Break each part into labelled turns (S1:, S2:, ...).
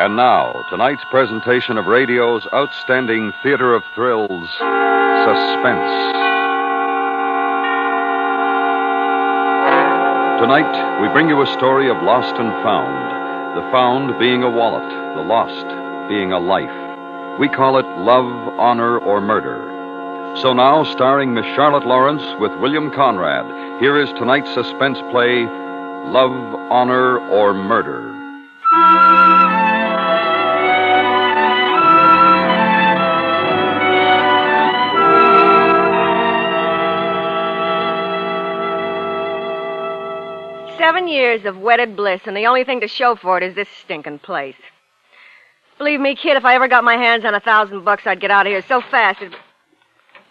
S1: And now, tonight's presentation of radio's outstanding theater of thrills, Suspense. Tonight, we bring you a story of lost and found. The found being a wallet, the lost being a life. We call it Love, Honor, or Murder. So now, starring Miss Charlotte Lawrence with William Conrad, here is tonight's suspense play, Love, Honor, or Murder.
S2: Seven years of wedded bliss, and the only thing to show for it is this stinking place. Believe me, kid, if I ever got my hands on a thousand bucks, I'd get out of here so fast. It...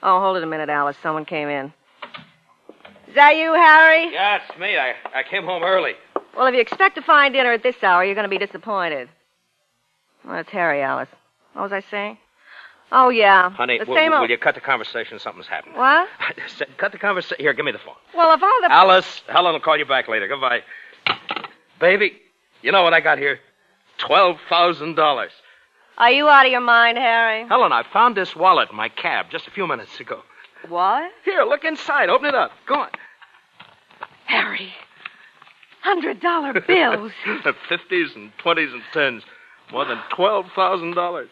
S2: Oh, hold it a minute, Alice. Someone came in. Is that you, Harry?
S3: Yeah, it's me. I, I came home early.
S2: Well, if you expect to find dinner at this hour, you're going to be disappointed. Well, it's Harry, Alice. What was I saying? Oh, yeah.
S3: Honey,
S2: the
S3: will,
S2: same
S3: will
S2: old...
S3: you cut the conversation? Something's happened.
S2: What?
S3: I said, cut the conversation. Here, give me the phone.
S2: Well, if all the...
S3: Alice, Helen will call you back later. Goodbye. Baby, you know what I got here? $12,000.
S2: Are you out of your mind, Harry?
S3: Helen, I found this wallet in my cab just a few minutes ago.
S2: What?
S3: Here, look inside. Open it up. Go on.
S2: Harry. Hundred dollar bills.
S3: Fifties and twenties and tens. More than twelve thousand dollars.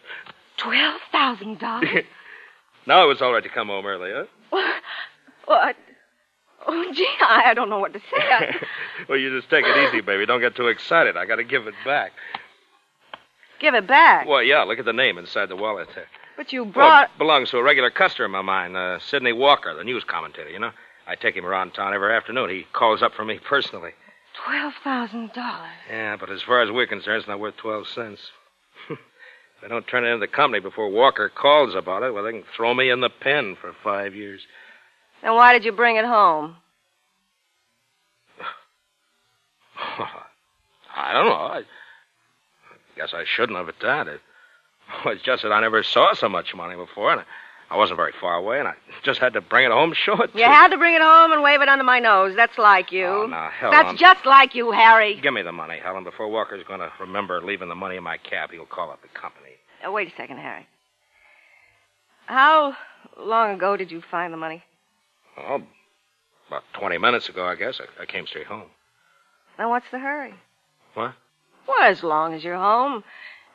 S2: Twelve thousand dollars?
S3: Now it was all right to come home early, huh?
S2: What? Oh, gee, I, I don't know what to say. I-
S3: well, you just take it easy, baby. Don't get too excited. I got to give it back.
S2: Give it back.
S3: Well, yeah. Look at the name inside the wallet. There.
S2: But you
S3: Well,
S2: brought.
S3: it belongs to a regular customer of mine, uh, Sidney Walker, the news commentator. You know, I take him around town every afternoon. He calls up for me personally.
S2: Twelve thousand dollars.
S3: Yeah, but as far as we're concerned, it's not worth twelve cents. if I don't turn it into the company before Walker calls about it, well, they can throw me in the pen for five years.
S2: Then why did you bring it home?
S3: I don't know. I guess I shouldn't have at that. It, it's just that I never saw so much money before, and I, I wasn't very far away, and I just had to bring it home and show it
S2: You
S3: to
S2: had to bring it home and wave it under my nose. That's like you.
S3: Oh, now, hell,
S2: That's
S3: I'm-
S2: just like you, Harry.
S3: Give me the money, Helen, before Walker's going to remember leaving the money in my cab. He'll call up the company.
S2: Uh, wait a second, Harry. How long ago did you find the money?
S3: Oh, about 20 minutes ago, I guess. I, I came straight home.
S2: Now, what's the hurry?
S3: What?
S2: Well, as long as you're home,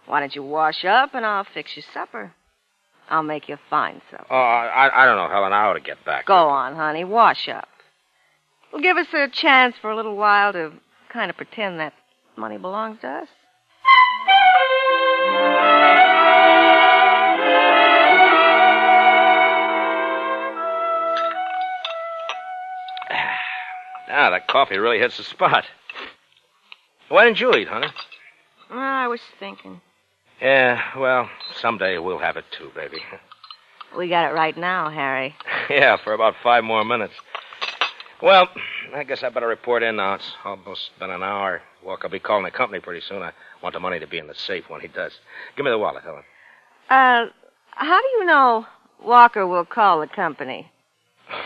S2: why don't you wash up and I'll fix you supper? I'll make you fine supper.
S3: Oh, I, I- I don't know, Helen. I ought to get back.
S2: Go on, honey. Wash up. Well, give us a chance for a little while to kind of pretend that money belongs to us.
S3: Now, Ah, that coffee really hits the spot. Why didn't you eat, honey?
S2: Oh, I was thinking.
S3: Yeah, well, someday we'll have it too, baby.
S2: We got it right now, Harry.
S3: yeah, for about five more minutes. Well, I guess I better report in now. It's almost been an hour. Walker will be calling the company pretty soon. I want the money to be in the safe when he does. Give me the wallet, Helen.
S2: Uh, how do you know Walker will call the company?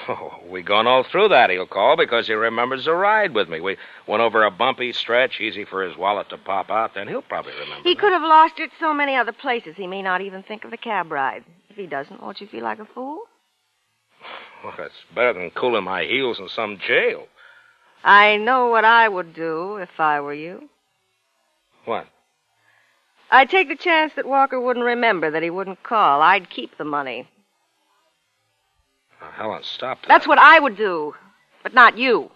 S3: Oh, we gone all through that, he'll call, because he remembers the ride with me. We went over a bumpy stretch, easy for his wallet to pop out, then he'll probably remember.
S2: He could have lost it so many other places, he may not even think of the cab ride. If he doesn't, won't you feel like a fool?
S3: Well, that's better than cooling my heels in some jail.
S2: I know what I would do if I were you.
S3: What?
S2: I'd take the chance that Walker wouldn't remember, that he wouldn't call. I'd keep the money.
S3: Now, Helen, stop that.
S2: That's what I would do, but not you.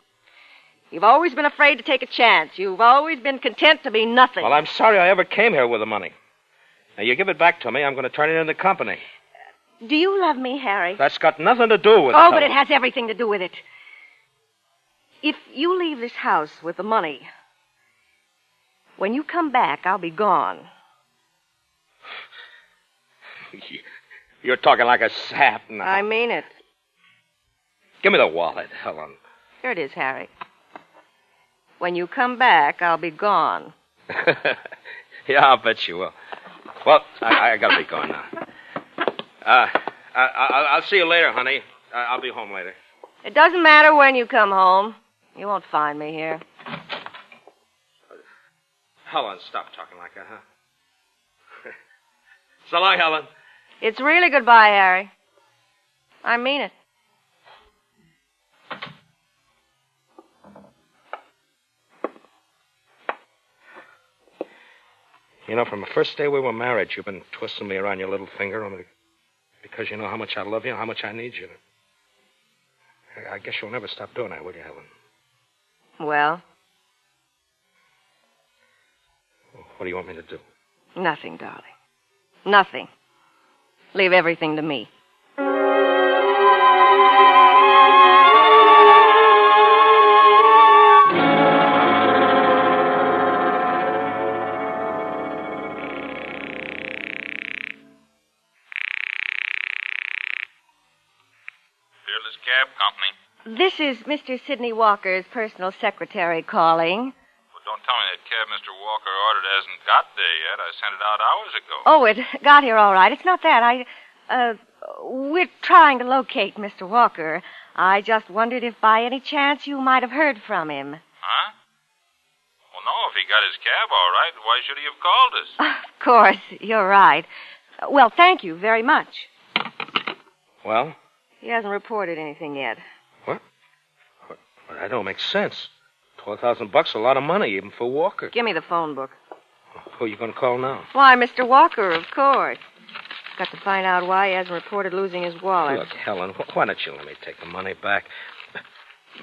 S2: You've always been afraid to take a chance. You've always been content to be nothing.
S3: Well, I'm sorry I ever came here with the money. Now, you give it back to me, I'm going to turn it into the company.
S2: Do you love me, Harry?
S3: That's got nothing to do with it.
S2: oh, but it
S3: Helen.
S2: has everything to do with it. If you leave this house with the money, when you come back, I'll be gone.
S3: You're talking like a sap now.
S2: I mean it.
S3: Give me the wallet, Helen.
S2: Here it is, Harry. When you come back, I'll be gone.
S3: yeah, I'll bet you will. Well, I, I gotta be going now. Uh, I, I, I'll see you later, honey. I, I'll be home later.
S2: It doesn't matter when you come home. You won't find me here.
S3: Helen, stop talking like that, huh? So long, Helen.
S2: It's really goodbye, Harry. I mean it.
S3: You know, from the first day we were married, you've been twisting me around your little finger only because you know how much I love you and how much I need you. I- I guess you'll never stop doing that, will you, Helen?
S2: Well,
S3: What do you want me to do?
S2: nothing, darling. Nothing. Leave everything to me.
S4: Fearless Cab Company.
S2: This is Mr. Sidney Walker's personal secretary calling.
S4: Well, don't tell me that cab Mr. Walker ordered hasn't got there yet. I sent it out hours ago.
S2: Oh, it got here all right. It's not that. I, uh, we're trying to locate Mr. Walker. I just wondered if by any chance you might have heard from him.
S4: Huh? Well, no, if he got his cab all right, why should he have called us?
S2: Of course, you're right. Well, thank you very much.
S3: Well,
S2: He hasn't reported anything yet.
S3: well, that don't make sense. Twelve thousand bucks, a lot of money, even for Walker.
S2: Give me the phone book.
S3: Who are you going to call now?
S2: Why, Mr. Walker, of course. Got to find out why he hasn't reported losing his wallet.
S3: Look, Helen, wh- why don't you let me take the money back?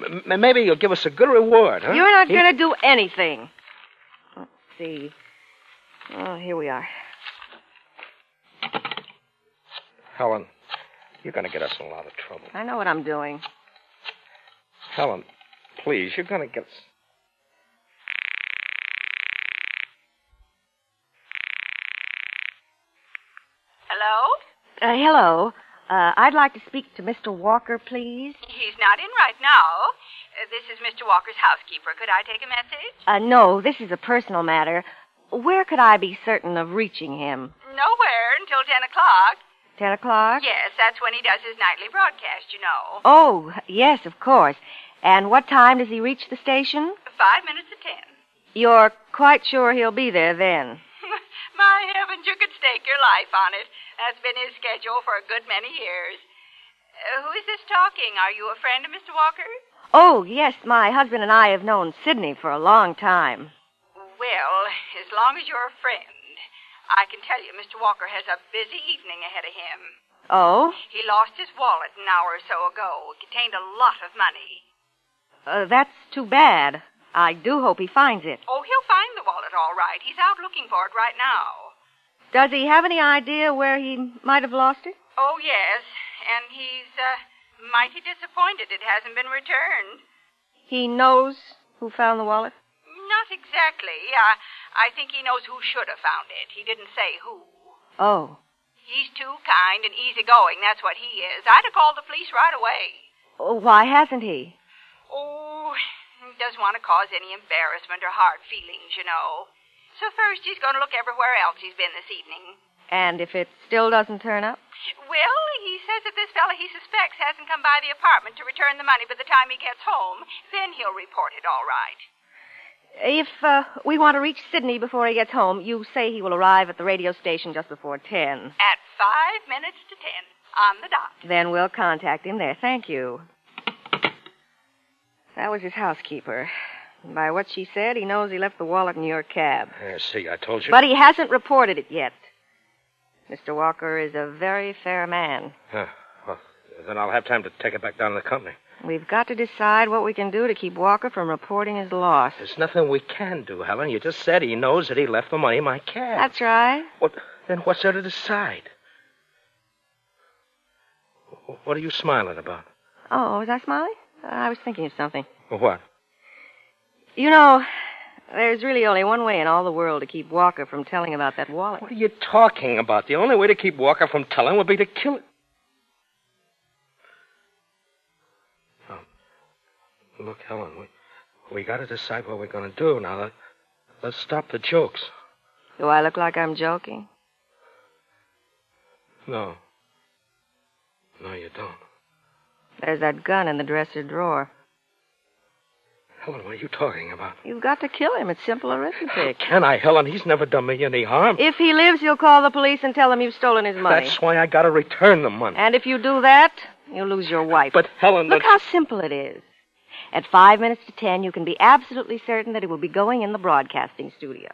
S3: M- m- maybe you'll give us a good reward, huh?
S2: You're not
S3: He-
S2: going to do anything. Let's see. Oh, here we are.
S3: Helen, you're going to get us in a lot of trouble.
S2: I know what I'm doing.
S3: Helen, please, you're going to get us.
S5: Hello?
S2: Uh, hello. Uh, I'd like to speak to Mr. Walker, please.
S5: He's not in right now. Uh, this is Mr. Walker's housekeeper. Could I take a message?
S2: Uh, no, this is a personal matter. Where could I be certain of reaching him?
S5: Nowhere until 10 o'clock.
S2: Ten o'clock?
S5: Yes, that's when he does his nightly broadcast, you know.
S2: Oh, yes, of course. And what time does he reach the station?
S5: Five minutes to 10.
S2: You're quite sure he'll be there then.
S5: My heavens, you could stake your life on it. That's been his schedule for a good many years. Uh, who is this talking? Are you a friend of Mr. Walker?
S2: Oh, yes, my husband and I have known Sidney for a long time.
S5: Well, as long as you're a friend, I can tell you Mr. Walker has a busy evening ahead of him.
S2: Oh,
S5: He lost his wallet an hour or so ago. It contained a lot of money.
S2: uh, that's too bad. I do hope he finds it.
S5: Oh, he'll find the wallet all right. He's out looking for it right now.
S2: Does he have any idea where he might have lost it?
S5: Oh, yes. And he's uh, mighty disappointed it hasn't been returned.
S2: He knows who found the wallet?
S5: Not exactly. Uh, I think he knows who should have found it. He didn't say who.
S2: Oh.
S5: He's too kind and easygoing. That's what he is. I'd have called the police right away.
S2: Oh, Why hasn't he?
S5: Oh, he doesn't want to cause any embarrassment or hard feelings, you know. So first he's going to look everywhere else he's been this evening.
S2: And if it still doesn't turn up?
S5: Well, he says that this fella he suspects hasn't come by the apartment to return the money by the time he gets home. Then he'll report it all right.
S2: If uh, we want to reach Sidney before he gets home, you say he will arrive at the radio station just before 10.
S5: At five minutes to ten, on the dot.
S2: Then we'll contact him there. Thank you. That was his housekeeper. By what she said, he knows he left the wallet in your cab.
S3: Yeah, see, I told you.
S2: But he hasn't reported it yet. Mr. Walker is a very fair man.
S3: Huh. Well, then I'll have time to take it back down to the company.
S2: We've got to decide what we can do to keep Walker from reporting his loss.
S3: There's nothing we can do, Helen. You just said he knows that he left the money in my cab.
S2: That's right.
S3: What, then what's there to decide? Wh- What are you smiling about?
S2: Oh, was I smiling? I was thinking of something.
S3: What?
S2: You know, there's really only one way in all the world to keep Walker from telling about that wallet.
S3: What are you talking about? The only way to keep Walker from telling would be to kill it. Oh. Look, Helen, we, we got to decide what we're going to do now. Let, let's stop the jokes.
S2: Do I look like I'm joking?
S3: No. No, you don't.
S2: There's that gun in the dresser drawer.
S3: Helen, what are you talking about?
S2: You've got to kill him. It's simple arithmetic.
S3: Can I, Helen? He's never done me any harm.
S2: If he lives, you'll call the police and tell them you've stolen his money.
S3: That's why I gotta return the money.
S2: And if you do that, you'll lose your wife.
S3: But Helen,
S2: Look
S3: the-
S2: how simple it is. At five minutes to ten, you can be absolutely certain that he will be going in the broadcasting studio.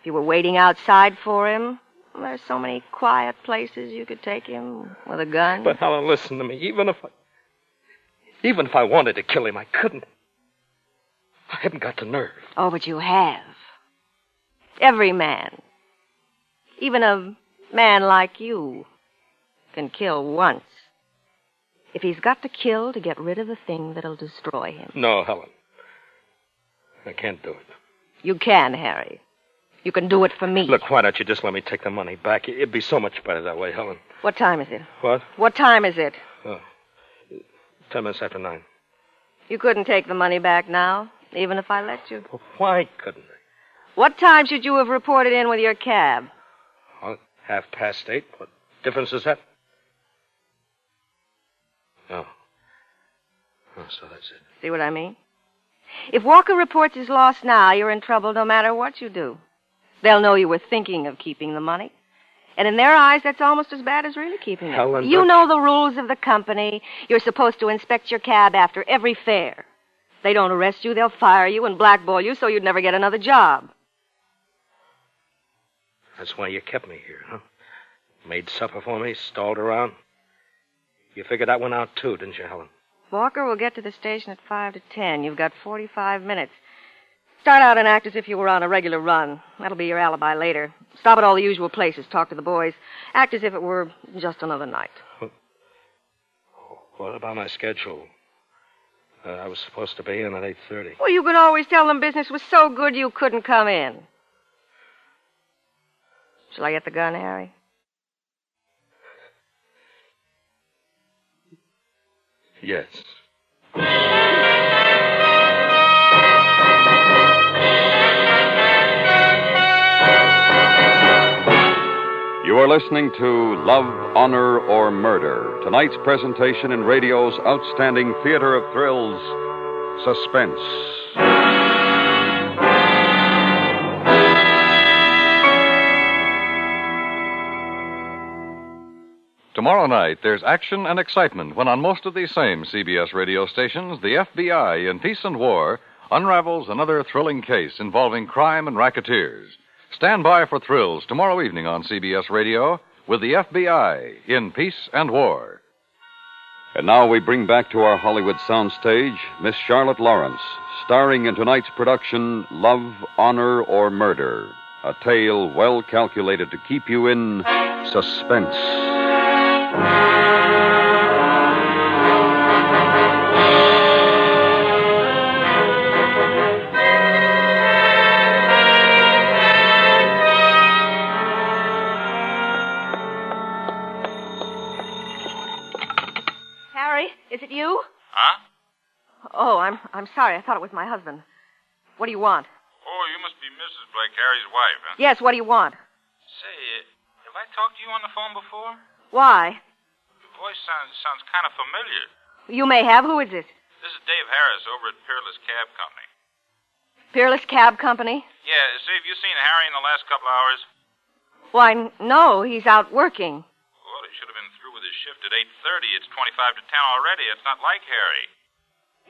S2: If you were waiting outside for him, there's so many quiet places you could take him with a gun.
S3: But Helen, listen to me. Even if I, even if I wanted to kill him, I couldn't. I haven't got the nerve.
S2: Oh, but you have. Every man, even a man like you, can kill once. If he's got to kill to get rid of the thing that'll destroy him.
S3: No, Helen. I can't do it.
S2: You can, Harry. You can do it for me.
S3: Look, why don't you just let me take the money back? It'd be so much better that way, Helen.
S2: What time is it?
S3: What? Oh.
S2: What time is it?
S3: Ten minutes after nine.
S2: You couldn't take the money back now, even if I let you.
S3: Well, why couldn't
S2: What time should you have reported in with your cab?
S3: I? Well, half past eight. What difference is that? Oh. Oh, so that's it.
S2: See what I mean? If Walker reports is lost now, you're in trouble no matter what you do. They'll know you were thinking of keeping the money. And in their eyes, that's almost as bad as really keeping it.
S3: Helen,
S2: you
S3: but-
S2: know the rules of the company. You're supposed to inspect your cab after every fare. If They don't arrest you, they'll fire you and blackball you so you'd never get another job.
S3: That's why you kept me here, huh? Made supper for me, stalled around. You figured that one out too, didn't you, Helen?
S2: Walker will get to the station at 5 to 10. You've got 45 minutes. Start out and act as if you were on a regular run. That'll be your alibi later. Stop at all the usual places, talk to the boys. Act as if it were just another night.
S3: What about my schedule? Uh, I was supposed to be in at eight thirty.
S2: Well, you can always tell them business was so good you couldn't come in. Shall I get the gun, Harry?
S3: Yes.
S1: You are listening to Love, Honor, or Murder, tonight's presentation in radio's outstanding theater of thrills, Suspense.
S6: Tomorrow night, there's action and excitement when on most of these same CBS radio stations, the FBI in Peace and War unravels another thrilling case involving crime and racketeers. Stand by for thrills tomorrow evening on CBS Radio with the FBI in Peace and War.
S1: And now we bring back to our Hollywood soundstage Miss Charlotte Lawrence, starring in tonight's production Love, Honor, or Murder, a tale well calculated to keep you in suspense.
S2: Harry, is it you?
S4: Huh?
S2: Oh, I'm I'm sorry. I thought it was my husband. What do you want?
S4: Oh, you must be Mrs. Blake, Harry's wife, huh?
S2: Yes, what do you want?
S4: Say, uh, have I talked to you on the phone before?
S2: Why?
S4: Your voice sounds, sounds kind of familiar.
S2: You may have. Who is this?
S4: This is Dave Harris over at Peerless Cab Company.
S2: Peerless Cab Company?
S4: Yeah, see, have you seen Harry in the last couple hours?
S2: Why, n- no, he's out working.
S4: Well, he should have been through with his shift at 8.30. It's 25 to 10 already. It's not like Harry.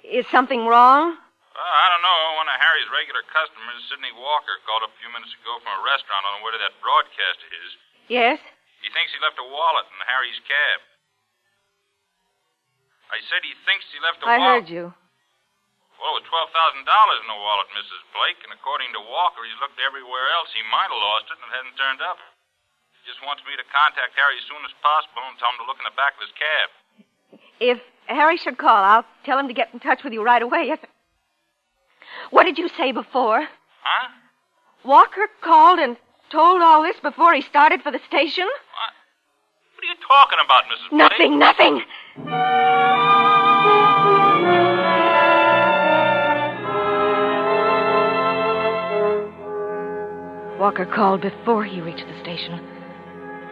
S2: Is something wrong?
S4: Well, I don't know. One of Harry's regular customers, Sidney Walker, called up a few minutes ago from a restaurant on the way to that broadcast of his.
S2: Yes?
S4: He thinks he left a wallet in Harry's cab. I said he thinks he left a
S2: I heard
S4: wallet.
S2: you.
S4: Well, it was twelve thousand dollars in the wallet, Mrs. Blake, and according to Walker, he's looked everywhere else. He might have lost it and it hasn't turned up. He just wants me to contact Harry as soon as possible and tell him to look in the back of his cab.
S2: If Harry should call, I'll tell him to get in touch with you right away. Yes. What did you say before?
S4: Huh?
S2: Walker called and told all this before he started for the station?
S4: What? What are you talking about, Mrs. Blake?
S2: Nothing, nothing. Walker called before he reached the station.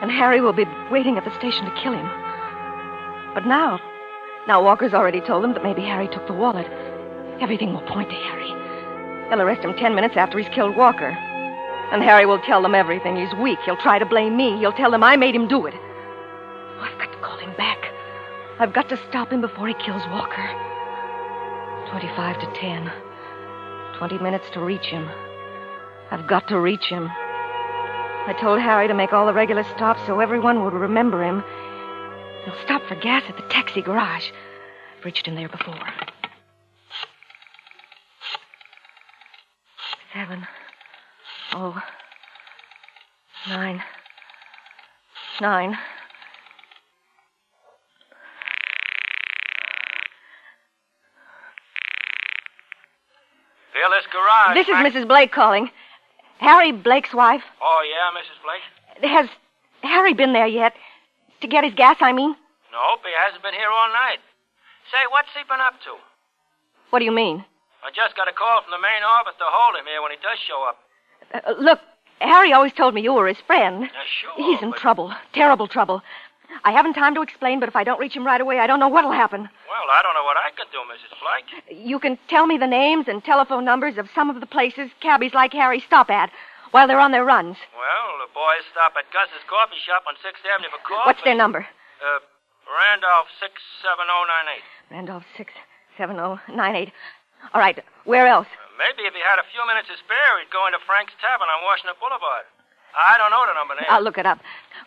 S2: And Harry will be waiting at the station to kill him. But now, now Walker's already told them that maybe Harry took the wallet. Everything will point to Harry. They'll arrest him ten minutes after he's killed Walker. And Harry will tell them everything. He's weak. He'll try to blame me. He'll tell them I made him do it. Oh, I've got to call him back. I've got to stop him before he kills Walker. 25 to 10. 20 minutes to reach him. I've got to reach him. I told Harry to make all the regular stops so everyone would remember him. He'll stop for gas at the taxi garage. I've reached him there before. Seven. Oh. Nine. Nine.
S4: Fearless Garage.
S2: This is
S4: Mac-
S2: Mrs. Blake calling. Harry Blake's wife.
S4: Oh, yeah, Mrs. Blake?
S2: Has Harry been there yet? To get his gas, I mean?
S4: Nope, he hasn't been here all night. Say, what's he been up to?
S2: What do you mean?
S4: I just got a call from the main office to hold him here when he does show up.
S2: Uh, look, Harry always told me you were his friend.
S4: Yeah, sure,
S2: He's in
S4: but-
S2: trouble. Terrible trouble. I haven't time to explain, but if I don't reach him right away, I don't know what'll happen.
S4: Well, I don't know what I could do, Mrs. Blake.
S2: You can tell me the names and telephone numbers of some of the places cabbies like Harry stop at while they're on their runs.
S4: Well, the boys stop at Gus's coffee shop on 6th Avenue for coffee.
S2: What's their number?
S4: Uh, Randolph 67098.
S2: Randolph six seven oh nine eight. All right, where else?
S4: Maybe if he had a few minutes to spare, he'd go into Frank's Tavern on Washington Boulevard. I don't know the number there.
S2: I'll look it up.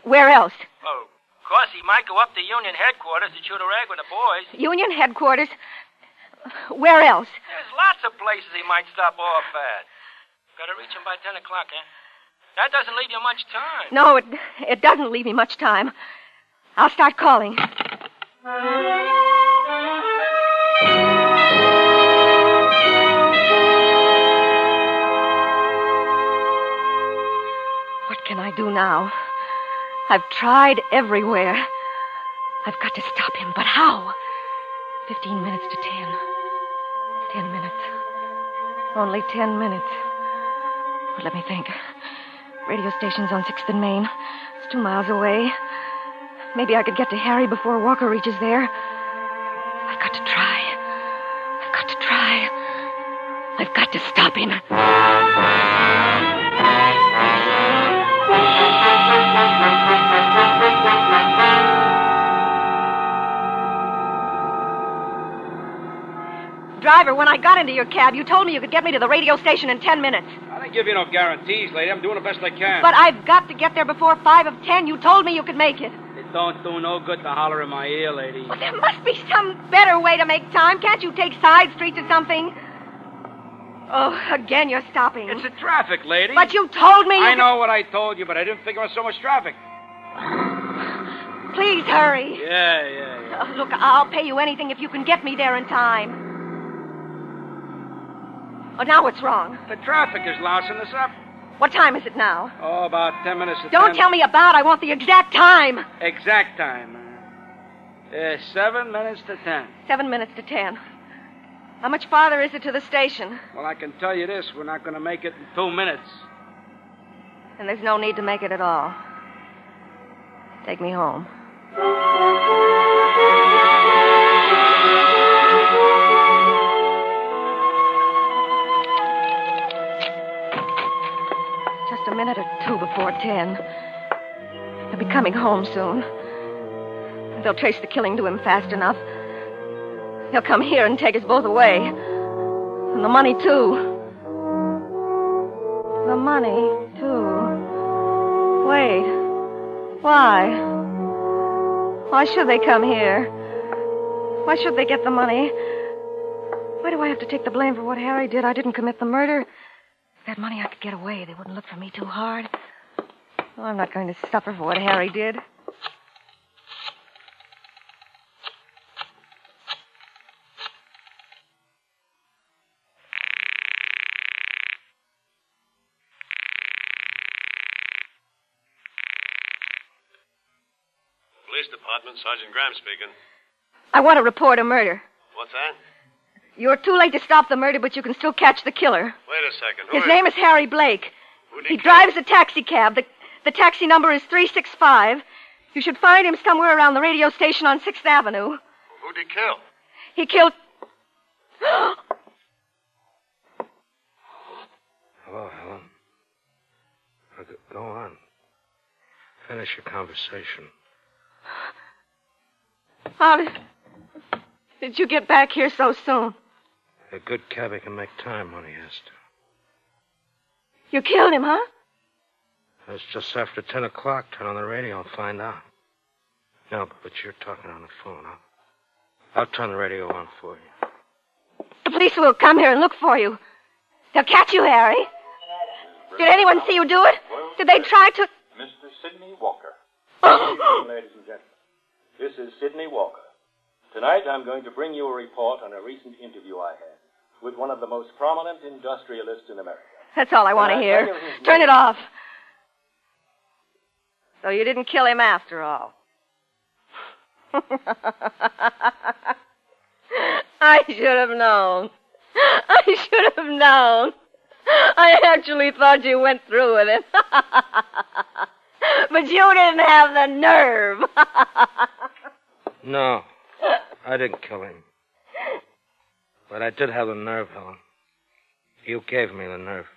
S2: Where else?
S4: Well, of course, he might go up to Union headquarters to shoot a rag with the boys.
S2: Union headquarters. Where else?
S4: There's lots of places he might stop off at. Gotta reach him by 10 o'clock, eh? That doesn't leave you much time.
S2: No, it it doesn't leave me much time. I'll start calling. What can I do now? I've tried everywhere. I've got to stop him, but how? Fifteen minutes to ten. Ten minutes. Only ten minutes. Well, let me think. Radio station's on 6th and Main. It's two miles away. Maybe I could get to Harry before Walker reaches there. I've got to try. I've got to try. I've got to stop him. Driver, when I got into your cab, you told me you could get me to the radio station in ten minutes.
S3: I didn't give you no guarantees, lady. I'm doing the best I can.
S2: But I've got to get there before five of ten. You told me you could make it.
S7: It don't do no good to holler in my ear, lady.
S2: Well, there must be some better way to make time. Can't you take side streets or something? Oh, again, you're stopping.
S7: It's a traffic, lady.
S2: But you told me. You
S7: I
S2: could-
S7: know what I told you, but I didn't think it was so much traffic.
S2: Please hurry.
S7: Yeah, yeah, yeah.
S2: Oh, look, I'll pay you anything if you can get me there in time. Oh, now what's wrong?
S7: The traffic is lousing us up.
S2: What time is it now?
S7: Oh, about ten minutes. To
S2: Don't
S7: 10.
S2: tell me about. I want the exact time.
S7: Exact time. Uh, seven minutes to ten.
S2: Seven minutes to ten. How much farther is it to the station?
S7: Well, I can tell you this: we're not going to make it in two minutes.
S2: And there's no need to make it at all. Take me home. Just a minute or two before ten. He'll be coming home soon. They'll trace the killing to him fast enough. He'll come here and take us both away. And the money, too. The money, too. Wait. Why? Why should they come here? Why should they get the money? Why do I have to take the blame for what Harry did? I didn't commit the murder. If that money I could get away, they wouldn't look for me too hard. Well, I'm not going to suffer for what Harry did.
S8: Police Department, Sergeant Graham speaking.
S2: I want to report a murder.
S8: What's that?
S2: You're too late to stop the murder, but you can still catch the killer.
S8: Wait a second. Who
S2: His
S8: is-
S2: name is Harry Blake.
S8: Who did
S2: He
S8: kill
S2: drives a taxi cab. The, the taxi number is 365. You should find him somewhere around the radio station on 6th Avenue.
S8: Who did he kill?
S2: He killed.
S3: Uh, finish your conversation.
S2: How did, Um, did you get back here so soon?
S3: A good cabby can make time when he has to.
S2: You killed him, huh?
S3: It's just after 10 o'clock. Turn on the radio and find out. No, but you're talking on the phone. I'll, I'll turn the radio on for you.
S2: The police will come here and look for you. They'll catch you, Harry. Did anyone see you do it? Did they try to?
S4: Mr. Sidney Walker.
S2: Oh,
S4: Ladies and gentlemen, this is Sidney Walker. Tonight I'm going to bring you a report on a recent interview I had with one of the most prominent industrialists in America.
S2: that's all I want to hear. Turn it off. So you didn't kill him after all. I should have known. I should have known. I actually thought you went through with it. but you didn't have the nerve.
S3: No, I didn't kill him. But I did have the nerve, Helen. You gave me the nerve.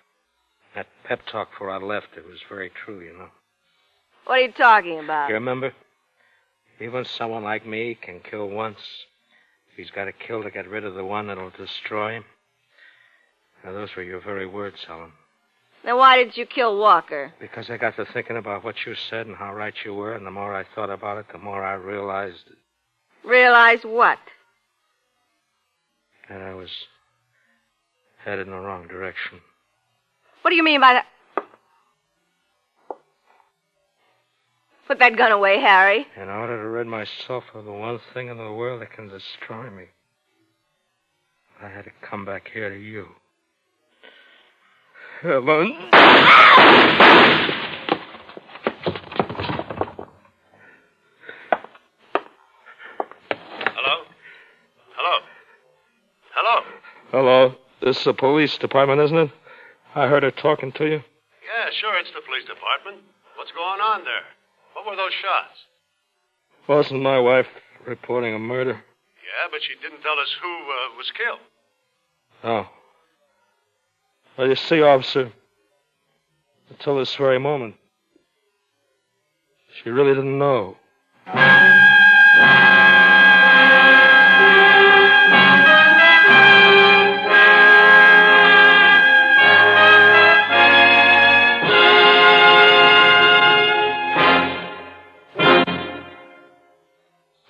S3: That pep talk before I left, it was very true, you know.
S2: what are you talking about?
S3: You remember? Even someone like me can kill once. He's got to kill to get rid of the one that'll destroy him. Now, those were your very words, Helen.
S2: Then why did you kill Walker?
S3: Because I got to thinking about what you said and how right you were, and the more I thought about it, the more I realized
S2: Realize what?
S3: that I was headed in the wrong direction.
S2: What do you mean by that? Put that gun away, Harry.
S3: In order to rid myself of the one thing in the world that can destroy me, I had to come back here to you. Helen.
S8: Hello? Hello? Hello?
S3: Hello. This is the police department, isn't it? I heard her talking to you.
S8: Yeah, sure, it's the police department. What's going on there? What were those shots?
S3: Wasn't my wife reporting a murder?
S8: Yeah, but she didn't tell us who uh, was killed.
S3: Oh. Well, you see, officer, until this very moment, she really didn't know.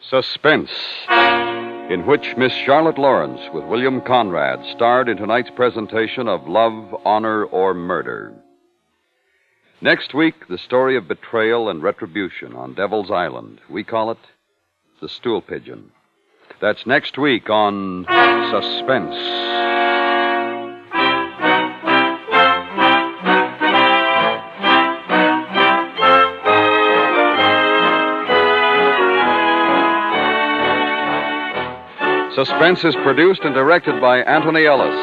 S1: Suspense, in which Miss Charlotte Lawrence with William Conrad starred in tonight's presentation of Love, Honor, or Murder. Next week, the story of betrayal and retribution on Devil's Island. We call it The Stool Pigeon. That's next week on Suspense. Suspense is produced and directed by Anthony Ellis.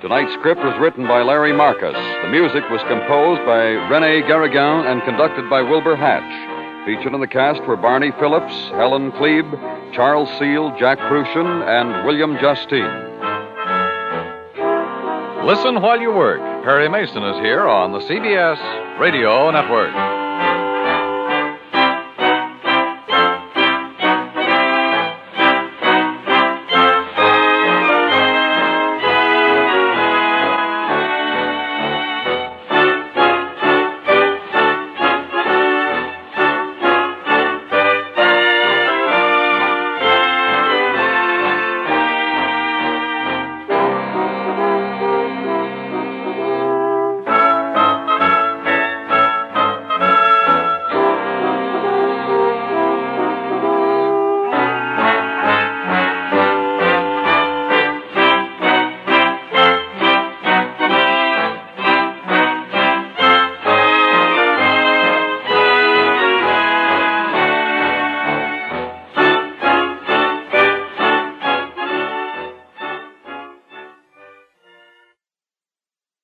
S1: Tonight's script was written by Larry Marcus. The music was composed by Rene Garrigan and conducted by Wilbur Hatch. Featured in the cast were Barney Phillips, Helen Klebe, Charles Seal, Jack Crucian, and William Justine.
S6: Listen while you work. Perry Mason is here on the CBS Radio Network.